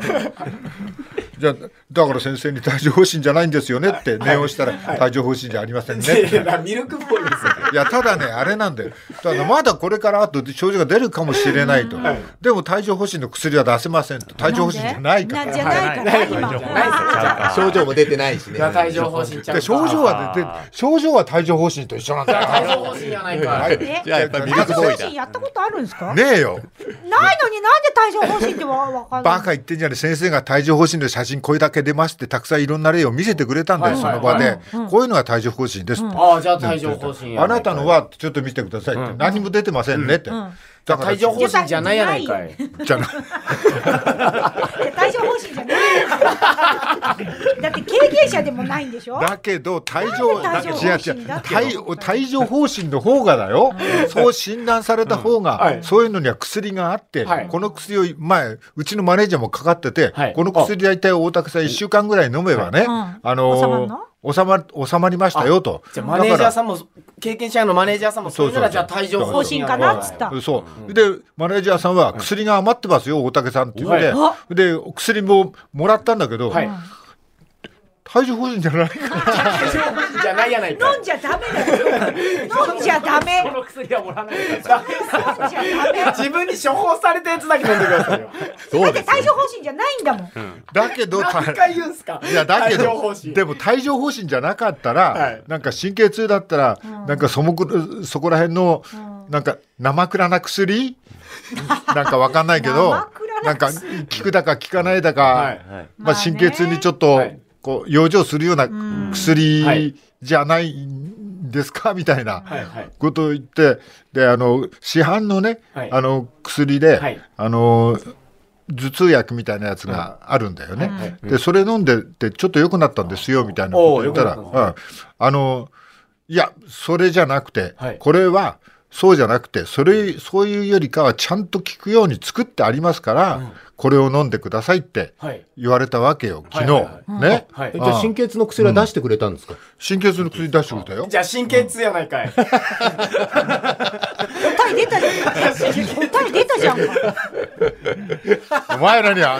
Speaker 2: じゃあだから先生に帯状疱疹じゃないんですよねって念をしたら帯状疱疹じゃありませんねって
Speaker 5: いやミルクっぽいですよ。
Speaker 2: いやただねあれなんだよただまだこれからあと症状が出るかもしれないと、でも帯状疱疹の薬は出せませんと帯状疱疹じゃないか
Speaker 3: ん
Speaker 2: ら
Speaker 3: じゃないから今。
Speaker 4: 症状も出てないしね。
Speaker 5: 帯状疱疹ちゃん
Speaker 2: で
Speaker 5: と。
Speaker 2: 症状は出て症状は帯状疱疹と一緒なんだよ
Speaker 5: 帯状疱疹じゃないか。
Speaker 3: え
Speaker 4: じゃあやっぱミル
Speaker 3: 帯
Speaker 4: ク
Speaker 3: 状
Speaker 4: ボ
Speaker 3: 疱
Speaker 4: ーイだ
Speaker 3: 疹。やったことあるんですか。
Speaker 2: ねえよ
Speaker 3: ないのになんで帯状疱疹ってわわかんない。
Speaker 2: バカ言ってんじゃねえ先生が帯状疱疹の写真これだけ出ましてたくさんいろんな例を見せてくれたんだよ、その場で、こういうのが帯状疱疹ですって、
Speaker 5: ああじゃあ帯状疱疹や
Speaker 2: あなたのはちょっと見てくださいって、何も出てませんねって、だから
Speaker 5: 帯状疱疹じゃないやないかい。
Speaker 2: じゃない
Speaker 3: 帯状疱疹じゃない。だって経験者でもないんでしょ。
Speaker 2: だけど帯状
Speaker 3: なんで帯状疱疹だって
Speaker 2: 違う違う帯帯状疱疹の方がだよ。そう診断された方が、
Speaker 5: はい
Speaker 2: そういうのには薬があって、
Speaker 5: はい
Speaker 2: この薬を前うちのマネージャーもかかってて、
Speaker 5: はい
Speaker 2: この薬大体大竹さん1週間ぐらい飲めばね、
Speaker 3: はい
Speaker 2: あ
Speaker 3: 収ま
Speaker 2: の
Speaker 3: るの
Speaker 2: ー収まる収まりましたよと。
Speaker 5: じゃあマネージャーさ
Speaker 2: ん
Speaker 5: んも経験者のマネージャーさんもそういうならじゃあ帯状
Speaker 3: 疱
Speaker 5: 疱
Speaker 3: 疹
Speaker 5: 疹
Speaker 3: かなっつった。
Speaker 2: そうでマネージャーさんは薬が余ってますよ大竹さんって言って、
Speaker 3: は
Speaker 2: で薬ももらったんだけど、
Speaker 5: はい。
Speaker 2: 帯状疱疹じゃないから
Speaker 5: 帯状疱疹じゃないやないかい
Speaker 3: 飲ん。じゃダメだよ。飲んじゃダメ。
Speaker 7: この薬はもらわないでくださ
Speaker 3: 飲
Speaker 5: ダメ
Speaker 3: んじゃダメ。
Speaker 5: 自分に処方されたやつだけ飲んでくださいよ。
Speaker 4: そ
Speaker 3: だっ
Speaker 4: う
Speaker 3: て
Speaker 4: です。
Speaker 3: 帯状疱疹じゃないんだもん。
Speaker 2: だけど
Speaker 5: 何回言うんすか。
Speaker 2: いやだけ
Speaker 5: 帯状
Speaker 2: ど
Speaker 5: 疱疹
Speaker 2: でも帯状疱疹じゃなかったら、
Speaker 5: はい
Speaker 2: なんか神経痛だったら、なんかそもくそこら辺の、なんか生くらな薬 (laughs) なんかわかんないけど
Speaker 3: 生クラ
Speaker 2: な
Speaker 3: なん
Speaker 2: か効くだか効かないだか、
Speaker 5: はい
Speaker 7: い。はい。
Speaker 2: まあ、
Speaker 3: まあね
Speaker 2: 神経痛にちょっと、
Speaker 5: はい
Speaker 2: こう養生するような
Speaker 5: はい
Speaker 2: 薬じゃないんですか、みたいな。
Speaker 5: はいはい。
Speaker 2: ことを言ってであの市販のね、
Speaker 5: はい
Speaker 2: あの薬で、
Speaker 5: はい
Speaker 2: あの頭痛薬みたいなやつがあるんだよね、でそれ飲んでてちょっと良くなったんですよみたいなことを言ったら、
Speaker 5: おー良く
Speaker 2: うんあのいやそれじゃなくて、
Speaker 5: はい
Speaker 2: これはそうじゃなくてそれそういうよりかはちゃんと聞くように作ってありますから、これを飲んでくださいって
Speaker 5: はい。
Speaker 2: 言われたわけよ昨日、
Speaker 5: はいは
Speaker 2: ね、
Speaker 5: はい
Speaker 4: え。じゃあ、神経痛の薬は出してくれたんですか
Speaker 2: 神経痛の薬出してくれたよ
Speaker 5: じゃあ神経痛やないかい。
Speaker 3: 答え出たじゃん。答え出たじゃんか。
Speaker 2: お前らに
Speaker 5: (laughs)
Speaker 2: は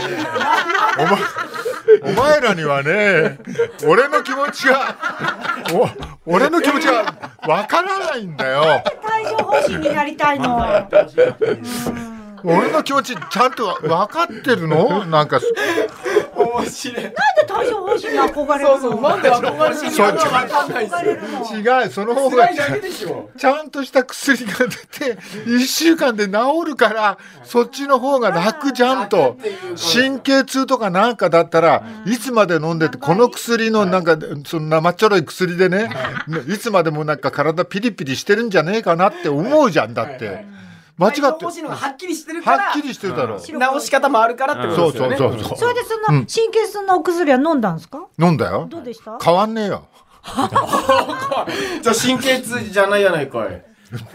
Speaker 2: お前お前らにはね俺の気持ちがお俺の気持ちがわからないんだ
Speaker 5: (laughs)
Speaker 2: よ
Speaker 3: 対処方針になりたいの。
Speaker 2: 俺の気持ちちゃんと分かってるのなんか
Speaker 5: 面白い。
Speaker 3: なんで対処方針に憧れる
Speaker 5: そ
Speaker 3: の
Speaker 5: うそう。なんで憧れてるのかわかんないですよ。
Speaker 2: 違うその方が
Speaker 5: 辛いだけでしょ。
Speaker 2: ちゃんとした薬が出て1週間で治るからそっちの方が楽じゃんと神経痛とかなんかだったらいつまで飲んでてこの薬のなんかその生っちょろい薬でねいつまでもなんか体ピリピリしてるんじゃねえかなって思うじゃんだって間違って
Speaker 5: 体調欲しいのがはっきりしてるから。
Speaker 2: はっきりしてるだろ
Speaker 3: 白黒
Speaker 5: 直し方もあるからって
Speaker 2: そ
Speaker 5: こと
Speaker 2: う
Speaker 5: です
Speaker 2: そ
Speaker 5: よ
Speaker 2: う
Speaker 5: ね。
Speaker 2: そう
Speaker 3: そ
Speaker 2: そ
Speaker 3: れでそんな神経痛のお薬は飲んだんですか
Speaker 2: う飲んだよ
Speaker 3: どうでした
Speaker 2: 変わんねえよ
Speaker 5: じゃあ神経痛じゃないやないかい。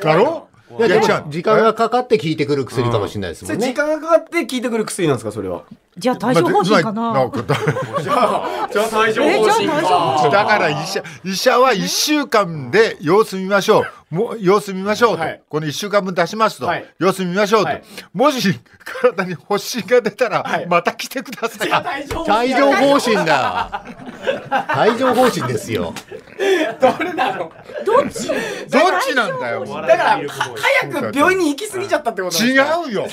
Speaker 2: だろいや違う
Speaker 4: 時間がかかって効いてくる薬かもしれないです
Speaker 5: そ
Speaker 4: も
Speaker 5: れ
Speaker 4: んね。
Speaker 5: 時間がかかって効いてくる薬なんですかそれは。
Speaker 3: じゃあ対処方針か
Speaker 2: まあでまあな
Speaker 3: な
Speaker 2: んか
Speaker 5: じゃあじゃあ対処
Speaker 3: えじゃあ対処方針
Speaker 2: だから医者医者は1週間で様子見ましょう、もう様子見ましょうと、
Speaker 5: はい
Speaker 2: この1週間分出しますと、
Speaker 5: はい
Speaker 2: 様子見ましょうと、
Speaker 5: はい
Speaker 2: もし体に発疹が出たら、
Speaker 5: はい
Speaker 2: また来てください。
Speaker 5: 対処
Speaker 4: 帯状疱疹だ。帯状疱疹ですよ。
Speaker 5: どれなの。
Speaker 3: どっち
Speaker 2: どっちなんだよ、もう
Speaker 5: だからは早く病院に行き過ぎちゃったってことなんで
Speaker 2: 違
Speaker 5: すか。
Speaker 2: うよ。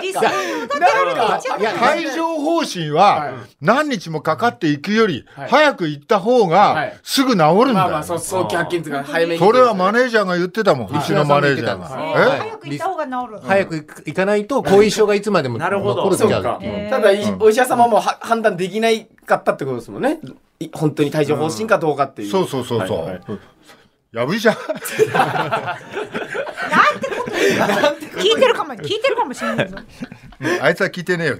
Speaker 3: 理想の歌ってあるから
Speaker 4: いや、
Speaker 2: 帯状疱疹は何日もかかっていくより、早く行った方
Speaker 5: は
Speaker 2: が
Speaker 5: い
Speaker 2: すぐ治るんだ
Speaker 5: ま
Speaker 2: よ。
Speaker 5: あまあそう早期発見というか早めに。
Speaker 2: それはマネージャーが言ってたもん、うちのマネージャーが。
Speaker 4: 石原
Speaker 2: え
Speaker 4: さんが言ってた
Speaker 3: 早
Speaker 4: んですね
Speaker 3: く行った方が治る。
Speaker 4: 早く行かないと後遺症がいつまでも
Speaker 6: なるほど
Speaker 4: 残る
Speaker 5: そう
Speaker 4: じゃ
Speaker 5: か
Speaker 4: ん。。
Speaker 3: ん
Speaker 5: ただいお医者様もは判断できないかったってことですもんね。い本当に帯状疱疹かどうかっていう。
Speaker 2: そうそうそうそう。
Speaker 5: はいはい
Speaker 2: やぶ医者
Speaker 3: 聞いてる
Speaker 5: (laughs)
Speaker 3: かも、聞いてるかもしれないぞ。
Speaker 2: あいつは聞いてねえよ。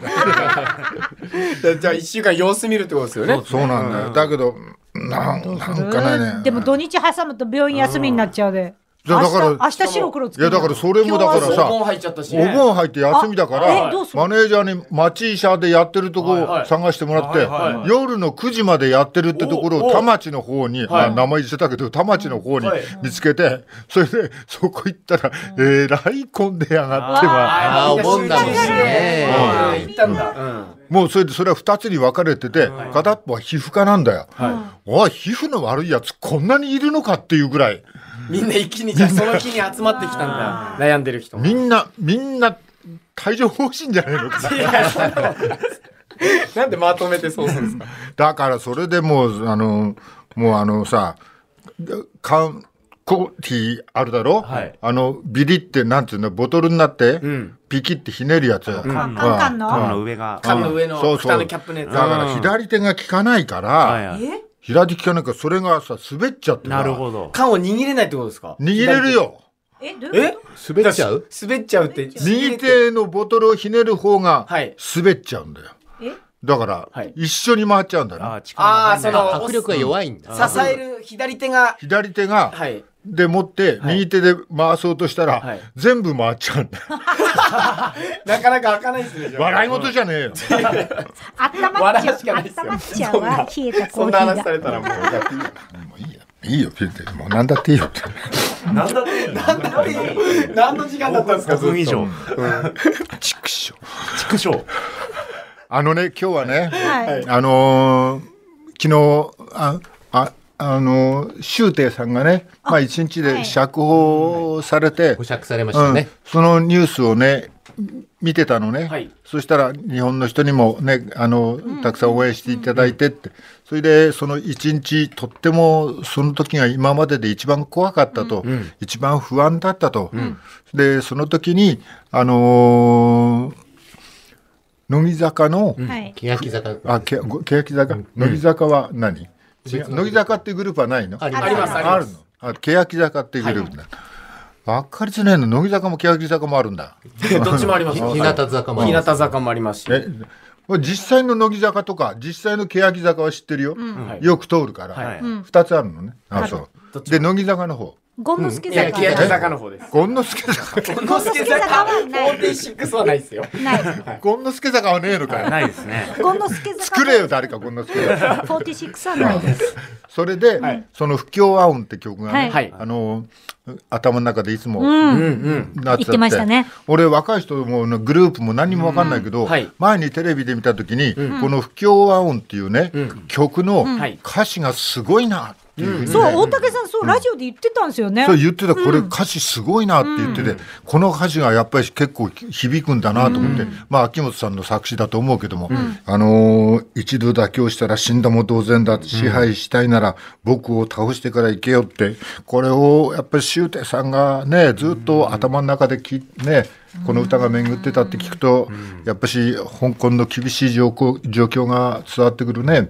Speaker 5: じゃあ一週間様子見るってことですよね。
Speaker 2: そうなんだよ。だけど、なんなんかね。
Speaker 3: でも土日挟むと病院休みになっちゃうで。
Speaker 2: いやだから
Speaker 3: 明日明日白黒つ
Speaker 2: い
Speaker 3: け
Speaker 2: や
Speaker 3: る
Speaker 2: だからそれもだから
Speaker 5: お
Speaker 2: さ、
Speaker 5: 盆入っちゃったし、
Speaker 2: お盆入って休みだから
Speaker 3: あえどうす、る
Speaker 2: マネージャーに町医者でやってるとこを探してもらって、夜の9時までやってるってところ
Speaker 5: お
Speaker 2: を
Speaker 5: お
Speaker 2: 田町の方に、まあ名前言ってたけど、田町の方に
Speaker 5: はい
Speaker 2: 見つけて、それでそこ行ったら、えらい混んでやがっては、
Speaker 4: ああ、お盆なんです
Speaker 5: あー
Speaker 4: ね。
Speaker 5: 行ったんだ。うん。
Speaker 2: もうそれでそれは2つに分かれてて、片っぽは皮膚科なんだよ。おい、皮膚の悪いやつこんなにいるのかっていうぐらい。
Speaker 5: みんな一気にじゃあその気に集まってきたんだ。悩んでる人も。
Speaker 2: みんな、みんな、帯状疱疹じゃないの
Speaker 6: (laughs)
Speaker 2: かな。
Speaker 5: なんでまとめてそうするんですか。
Speaker 2: だからそれでもう、あの、もうあのさ、缶、コーヒーあるだろ、
Speaker 6: はい
Speaker 2: あの、ビリって、なんていうの、ボトルになって、
Speaker 5: ん
Speaker 2: ピキってひねるやつ。
Speaker 3: カンカン
Speaker 6: 缶
Speaker 3: の
Speaker 6: の上が。
Speaker 5: 缶の上の
Speaker 2: そうそう
Speaker 5: 蓋のキャップのやつ
Speaker 2: だから左手が効かないから、
Speaker 6: はいはい
Speaker 3: え
Speaker 2: 左手効かないから、それがさ、滑っちゃってさ
Speaker 6: なるほど。
Speaker 5: 缶を握れないってことですか。
Speaker 2: 握れるよ。
Speaker 3: えどういう
Speaker 5: え
Speaker 3: こ
Speaker 4: 滑っちゃう
Speaker 5: 滑っちゃうって。
Speaker 2: 右手のボトルをひねる方が
Speaker 5: はい、
Speaker 2: 滑っちゃうんだよ。
Speaker 3: とえ
Speaker 2: だから、
Speaker 5: はい
Speaker 2: 一緒に回っちゃうんだよ
Speaker 6: あ
Speaker 2: ね。
Speaker 6: あ、力が
Speaker 5: あ
Speaker 6: 入
Speaker 5: あ
Speaker 6: ん
Speaker 5: そ
Speaker 6: ない
Speaker 5: の
Speaker 4: 握力が弱いんだ。
Speaker 5: 支える左手が
Speaker 2: 左手が、
Speaker 5: はい。
Speaker 2: で持って、
Speaker 5: い
Speaker 2: 右手で回そうとしたら、
Speaker 5: はい
Speaker 2: 全部回っちゃうんだよ。
Speaker 5: なかなか開かないですね。じゃ
Speaker 2: (laughs)
Speaker 5: あ
Speaker 2: 笑い事じゃねえよ。
Speaker 3: あったまっちゃ
Speaker 5: 笑うしか
Speaker 3: う。あっ
Speaker 5: ないです
Speaker 3: た
Speaker 5: よ
Speaker 3: まっちゃうは冷えたコー
Speaker 5: そん
Speaker 3: ヒ
Speaker 5: な
Speaker 3: ー
Speaker 5: 話さ
Speaker 3: が。
Speaker 5: れたらもう。
Speaker 2: もういいよ。いいよ、ピュって。もう何だっていいよって。
Speaker 6: なんだって。
Speaker 5: 何だっていう何の時間だったんですか
Speaker 6: 5
Speaker 5: ずっと
Speaker 6: 分以上。
Speaker 2: 畜生。
Speaker 6: 畜生。
Speaker 2: あのね、今日はね、
Speaker 3: はい。
Speaker 2: あのー昨日、あ、あ、あのー、周庭さんがね、まあ一日で釈放されて、
Speaker 4: 保釈されましたね。
Speaker 2: うん、そのニュースをね見てたのね、
Speaker 5: はい
Speaker 2: そしたら日本の人にもねあの、たくさん応援していただいてって、それでその一日とってもその時が今までで一番怖かったと、一番不安だったと、でその時にあのー乃木坂の、
Speaker 3: はい。
Speaker 4: 欅坂。
Speaker 2: あけご欅坂、乃木坂は何、
Speaker 4: 別の
Speaker 2: 乃木坂っていうグループはないの
Speaker 4: あります
Speaker 5: あります
Speaker 2: あるのあ欅坂っていうグループだ、わかりづらいの乃木坂も欅坂もあるんだ
Speaker 5: どっちもあります。
Speaker 4: ひ日向坂もあ
Speaker 5: 日
Speaker 4: り
Speaker 5: 向
Speaker 4: ます。
Speaker 5: 坂もありますし。
Speaker 2: え実際の乃木坂とか実際の欅坂は知ってるよ、
Speaker 5: はい
Speaker 2: よく通るから、
Speaker 6: はい
Speaker 2: 2つあるのねあ
Speaker 3: る
Speaker 2: そう
Speaker 5: どっちも
Speaker 2: で乃木坂の方
Speaker 3: ゴンの助
Speaker 5: い
Speaker 3: 坂
Speaker 5: や、欅坂の方です。
Speaker 2: ゴンノスケ坂。
Speaker 7: ゴンノスケ坂46はないですよ。
Speaker 3: ない
Speaker 2: ゴンノスケ坂はねえのかよ。
Speaker 6: ないですね。
Speaker 3: ゴンの助坂
Speaker 2: 作れよ、誰かゴンノスケ坂。
Speaker 3: 46はないです
Speaker 2: それで、その不協和音って曲がね、
Speaker 3: はい
Speaker 5: はい
Speaker 2: あの頭の中でいつも、
Speaker 3: うん
Speaker 5: うんうん。
Speaker 2: なって
Speaker 3: 言ってましたね
Speaker 2: 俺若い人もグループも何にも分かんないけど、
Speaker 5: んはい
Speaker 2: 前にテレビで見た時に、この「不協和音」っていうね、曲の
Speaker 5: はい
Speaker 2: 歌詞がすごいなっていうふうに、ね
Speaker 3: そう大竹さんそうラジオで言ってたんですよね
Speaker 2: そう言ってた、これ歌詞すごいなって言ってて、この歌詞がやっぱり結構響くんだなと思って、まあ、秋元さんの作詞だと思うけども、あのー一度妥協したら死んだも同然だ、支配したいなら僕を倒してから行けよって、これをやっぱり周亭さんがね、ずっと頭の中でき、ね、この歌が巡ってたって聞くと、やっぱし香港の厳しい状況状況が伝わってくるね。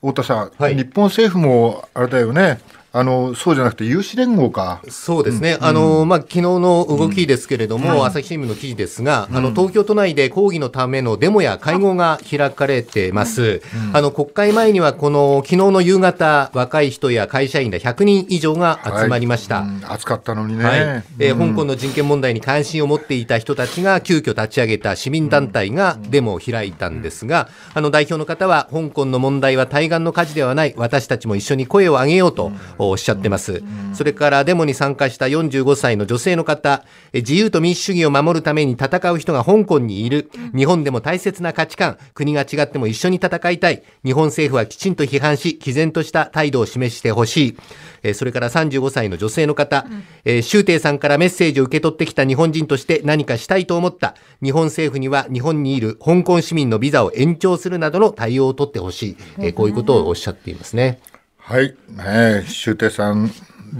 Speaker 2: 太田さん、
Speaker 4: はい
Speaker 2: 日本政府もあれだよね、あのそうじゃなくて有志連合か、
Speaker 4: そうですね、あのまあ昨日の動きですけれども、朝日新聞の記事ですが、あの東京都内で抗議のためのデモや会合が開かれてます、あの国会前には、この昨日の夕方、若い人や会社員ら100人以上が集まりました。
Speaker 2: は
Speaker 4: は
Speaker 2: う
Speaker 4: い
Speaker 2: ん暑かったのにね、
Speaker 4: いえー香港の人権問題に関心を持っていた人たちが急遽立ち上げた市民団体がデモを開いたんですが、あの代表の方は、香港の問題は対岸の火事ではない、私たちも一緒に声を上げようとおっしゃってます。それからデモに参加した45歳の女性の方、えー自由と民主主義を守るために戦う人が香港にいる、日本でも大切な価値観、国が違っても一緒に戦いたい、日本政府はきちんと批判し、毅然とした態度を示してほしい、えーそれから35歳の女性の方、えー、周庭さんからメッセージを受け取ってきた日本人として何かしたいと思った、日本政府には日本にいる香港市民のビザを延長するなどの対応を取ってほしい、えーこういうことをおっしゃっていますね。
Speaker 2: はい、ねえ、周亭さん、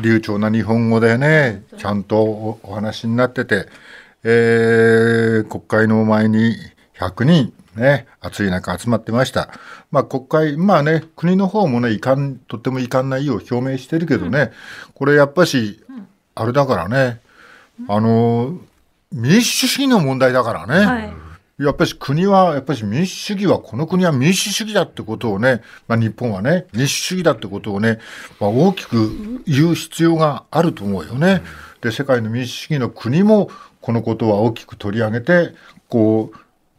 Speaker 2: 流暢な日本語でね、ちゃんとおお話になってて、えー国会の前に100人、ね、暑い中集まってました。まあ国会、まあね、国の方もね、遺憾、とっても遺憾な意を表明してるけどね、これやっぱし、あれだからね、あの、民主主義の問題だからね。
Speaker 3: はい
Speaker 2: やっぱり国は、やっぱり民主主義は、この国は民主主義だってことをね、まあ、日本はね、民主主義だってことをね、まあ、大きく言う必要があると思うよね。で、世界の民主主義の国も、このことは大きく取り上げて、こう、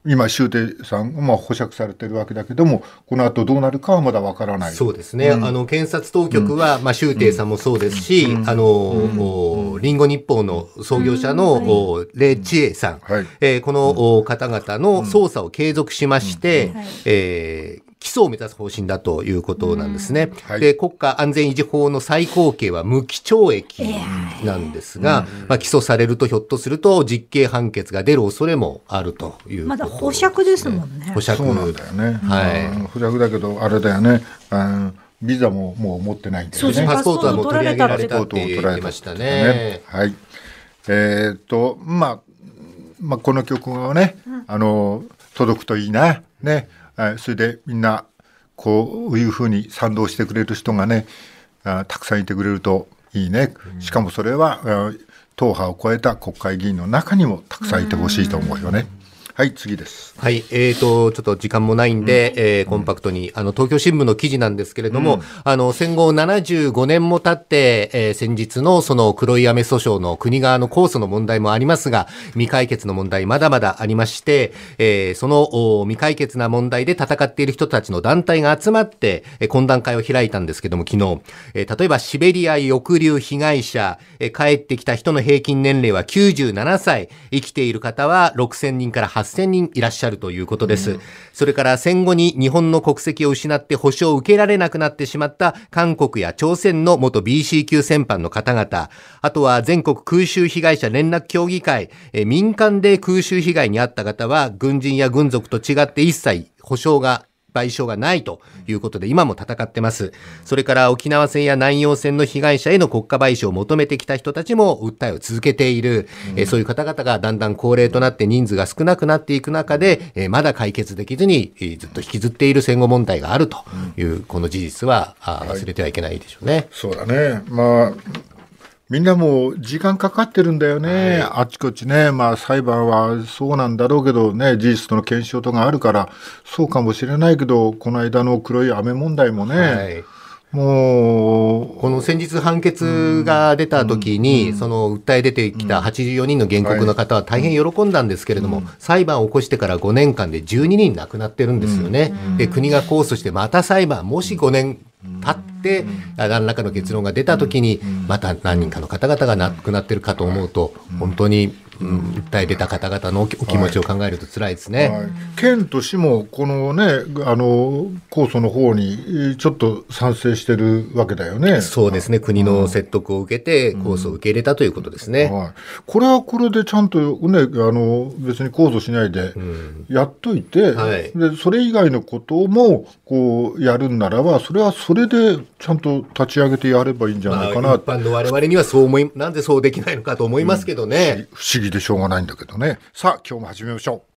Speaker 2: 今、周庭さんがまあ保釈されてるわけだけども、この後どうなるかはまだわからない。
Speaker 4: そうですね、あの検察当局は、まあ、周庭さんもそうですし、あの、おリンゴ日報の創業者の、おレ・チエさん、
Speaker 2: はい
Speaker 4: えーこの、お方々の捜査を継続しまして、
Speaker 3: はい
Speaker 4: えー起訴を目指す方針だということなんですね。
Speaker 2: はい
Speaker 4: で、国家安全維持法の最高刑は無期懲役なんですが、まあ、起訴されるとひょっとすると実刑判決が出る恐れもあるということ
Speaker 3: まだ保釈ですもんね
Speaker 4: 保釈
Speaker 2: そうなんだよね。
Speaker 4: はい
Speaker 2: うん保釈だけど、あれだよね。あービザももう持ってないんだよ
Speaker 3: そう
Speaker 2: ね
Speaker 3: そう。
Speaker 4: パスポートはもう取り上げられ
Speaker 2: パ
Speaker 4: た
Speaker 2: ス
Speaker 4: っ
Speaker 2: ポートを
Speaker 4: て
Speaker 2: 取
Speaker 4: 言
Speaker 2: られ
Speaker 4: って
Speaker 2: た
Speaker 4: ま
Speaker 2: っ
Speaker 4: してた
Speaker 2: こと
Speaker 4: ね。
Speaker 2: はい。えーっと、まあ、まあ、この曲がね、あの、届くといいな。ね。あそれでみんな、こういうふうに賛同してくれる人がね、あたくさんいてくれるといいね。しかもそれは、あ党派を超えた国会議員の中にもたくさんいてほしいと思うよね。はい、次です。
Speaker 4: はい、えーと、ちょっと時間もないんで、えーコンパクトに、あの、東京新聞の記事なんですけれども、あの、戦後75年も経って、えー先日のその黒い雨訴訟の国側の控訴の問題もありますが、未解決の問題まだまだありまして、えーそのお未解決な問題で戦っている人たちの団体が集まって、えー懇談会を開いたんですけども、昨日、えー例えばシベリア抑留被害者、えー帰ってきた人の平均年齢は97歳、生きている方は6000人から8000人いらっしゃるということです。それから戦後に日本の国籍を失って保証を受けられなくなってしまった韓国や朝鮮の元 BC 級戦犯の方々、あとは全国空襲被害者連絡協議会、えー民間で空襲被害に遭った方は軍人や軍属と違って一切保証が賠償がないということで、今も戦ってます。それから沖縄戦や南洋戦の被害者への国家賠償を求めてきた人たちも訴えを続けている。えーそういう方々がだんだん高齢となって人数が少なくなっていく中で、えーまだ解決できずに、えーずっと引きずっている戦後問題があるという、この事実はあー忘れてはいけないでしょうね。
Speaker 2: そうだね。まあ、みんなもう時間かかってるんだよね。あっちこっちね。まあ裁判はそうなんだろうけどね、事実との検証とかあるから、そうかもしれないけど、この間の黒い雨問題もね、
Speaker 4: はい
Speaker 2: も
Speaker 4: この先日判決が出た時に、その訴え出てきた84人の原告の方は大変喜んだんですけれども、裁判を起こしてから5年間で12人亡くなってるんですよね。で、国が控訴してまた裁判、もし5年経って、あ何らかの結論が出た時に、また何人かの方々が亡くなってるかと思うと、本当に、うん、訴え出た方々のお気持ちを考えると辛いです
Speaker 2: う、
Speaker 4: ね。
Speaker 2: はい県と市もこのねあの控訴の方にえーちょっと賛成してるわけだよね。
Speaker 4: そうですね。国の説得を受けて、控訴を受け入れたということですね。
Speaker 2: はい、これはこれでちゃんとねあの別に控訴しないでやっといて、
Speaker 4: はい
Speaker 2: でそれ以外のこともこうやるんならばそれはそれでちゃんと立ち上げてやればいいんじゃ
Speaker 4: ま
Speaker 2: な
Speaker 4: あ、
Speaker 2: い
Speaker 4: 一
Speaker 2: かな、
Speaker 4: 般の我々にはそう思い、なんでそうできないのかと思いますけどね。
Speaker 2: 不思議でしょうがないんだけどねさあ今日も始めましょう。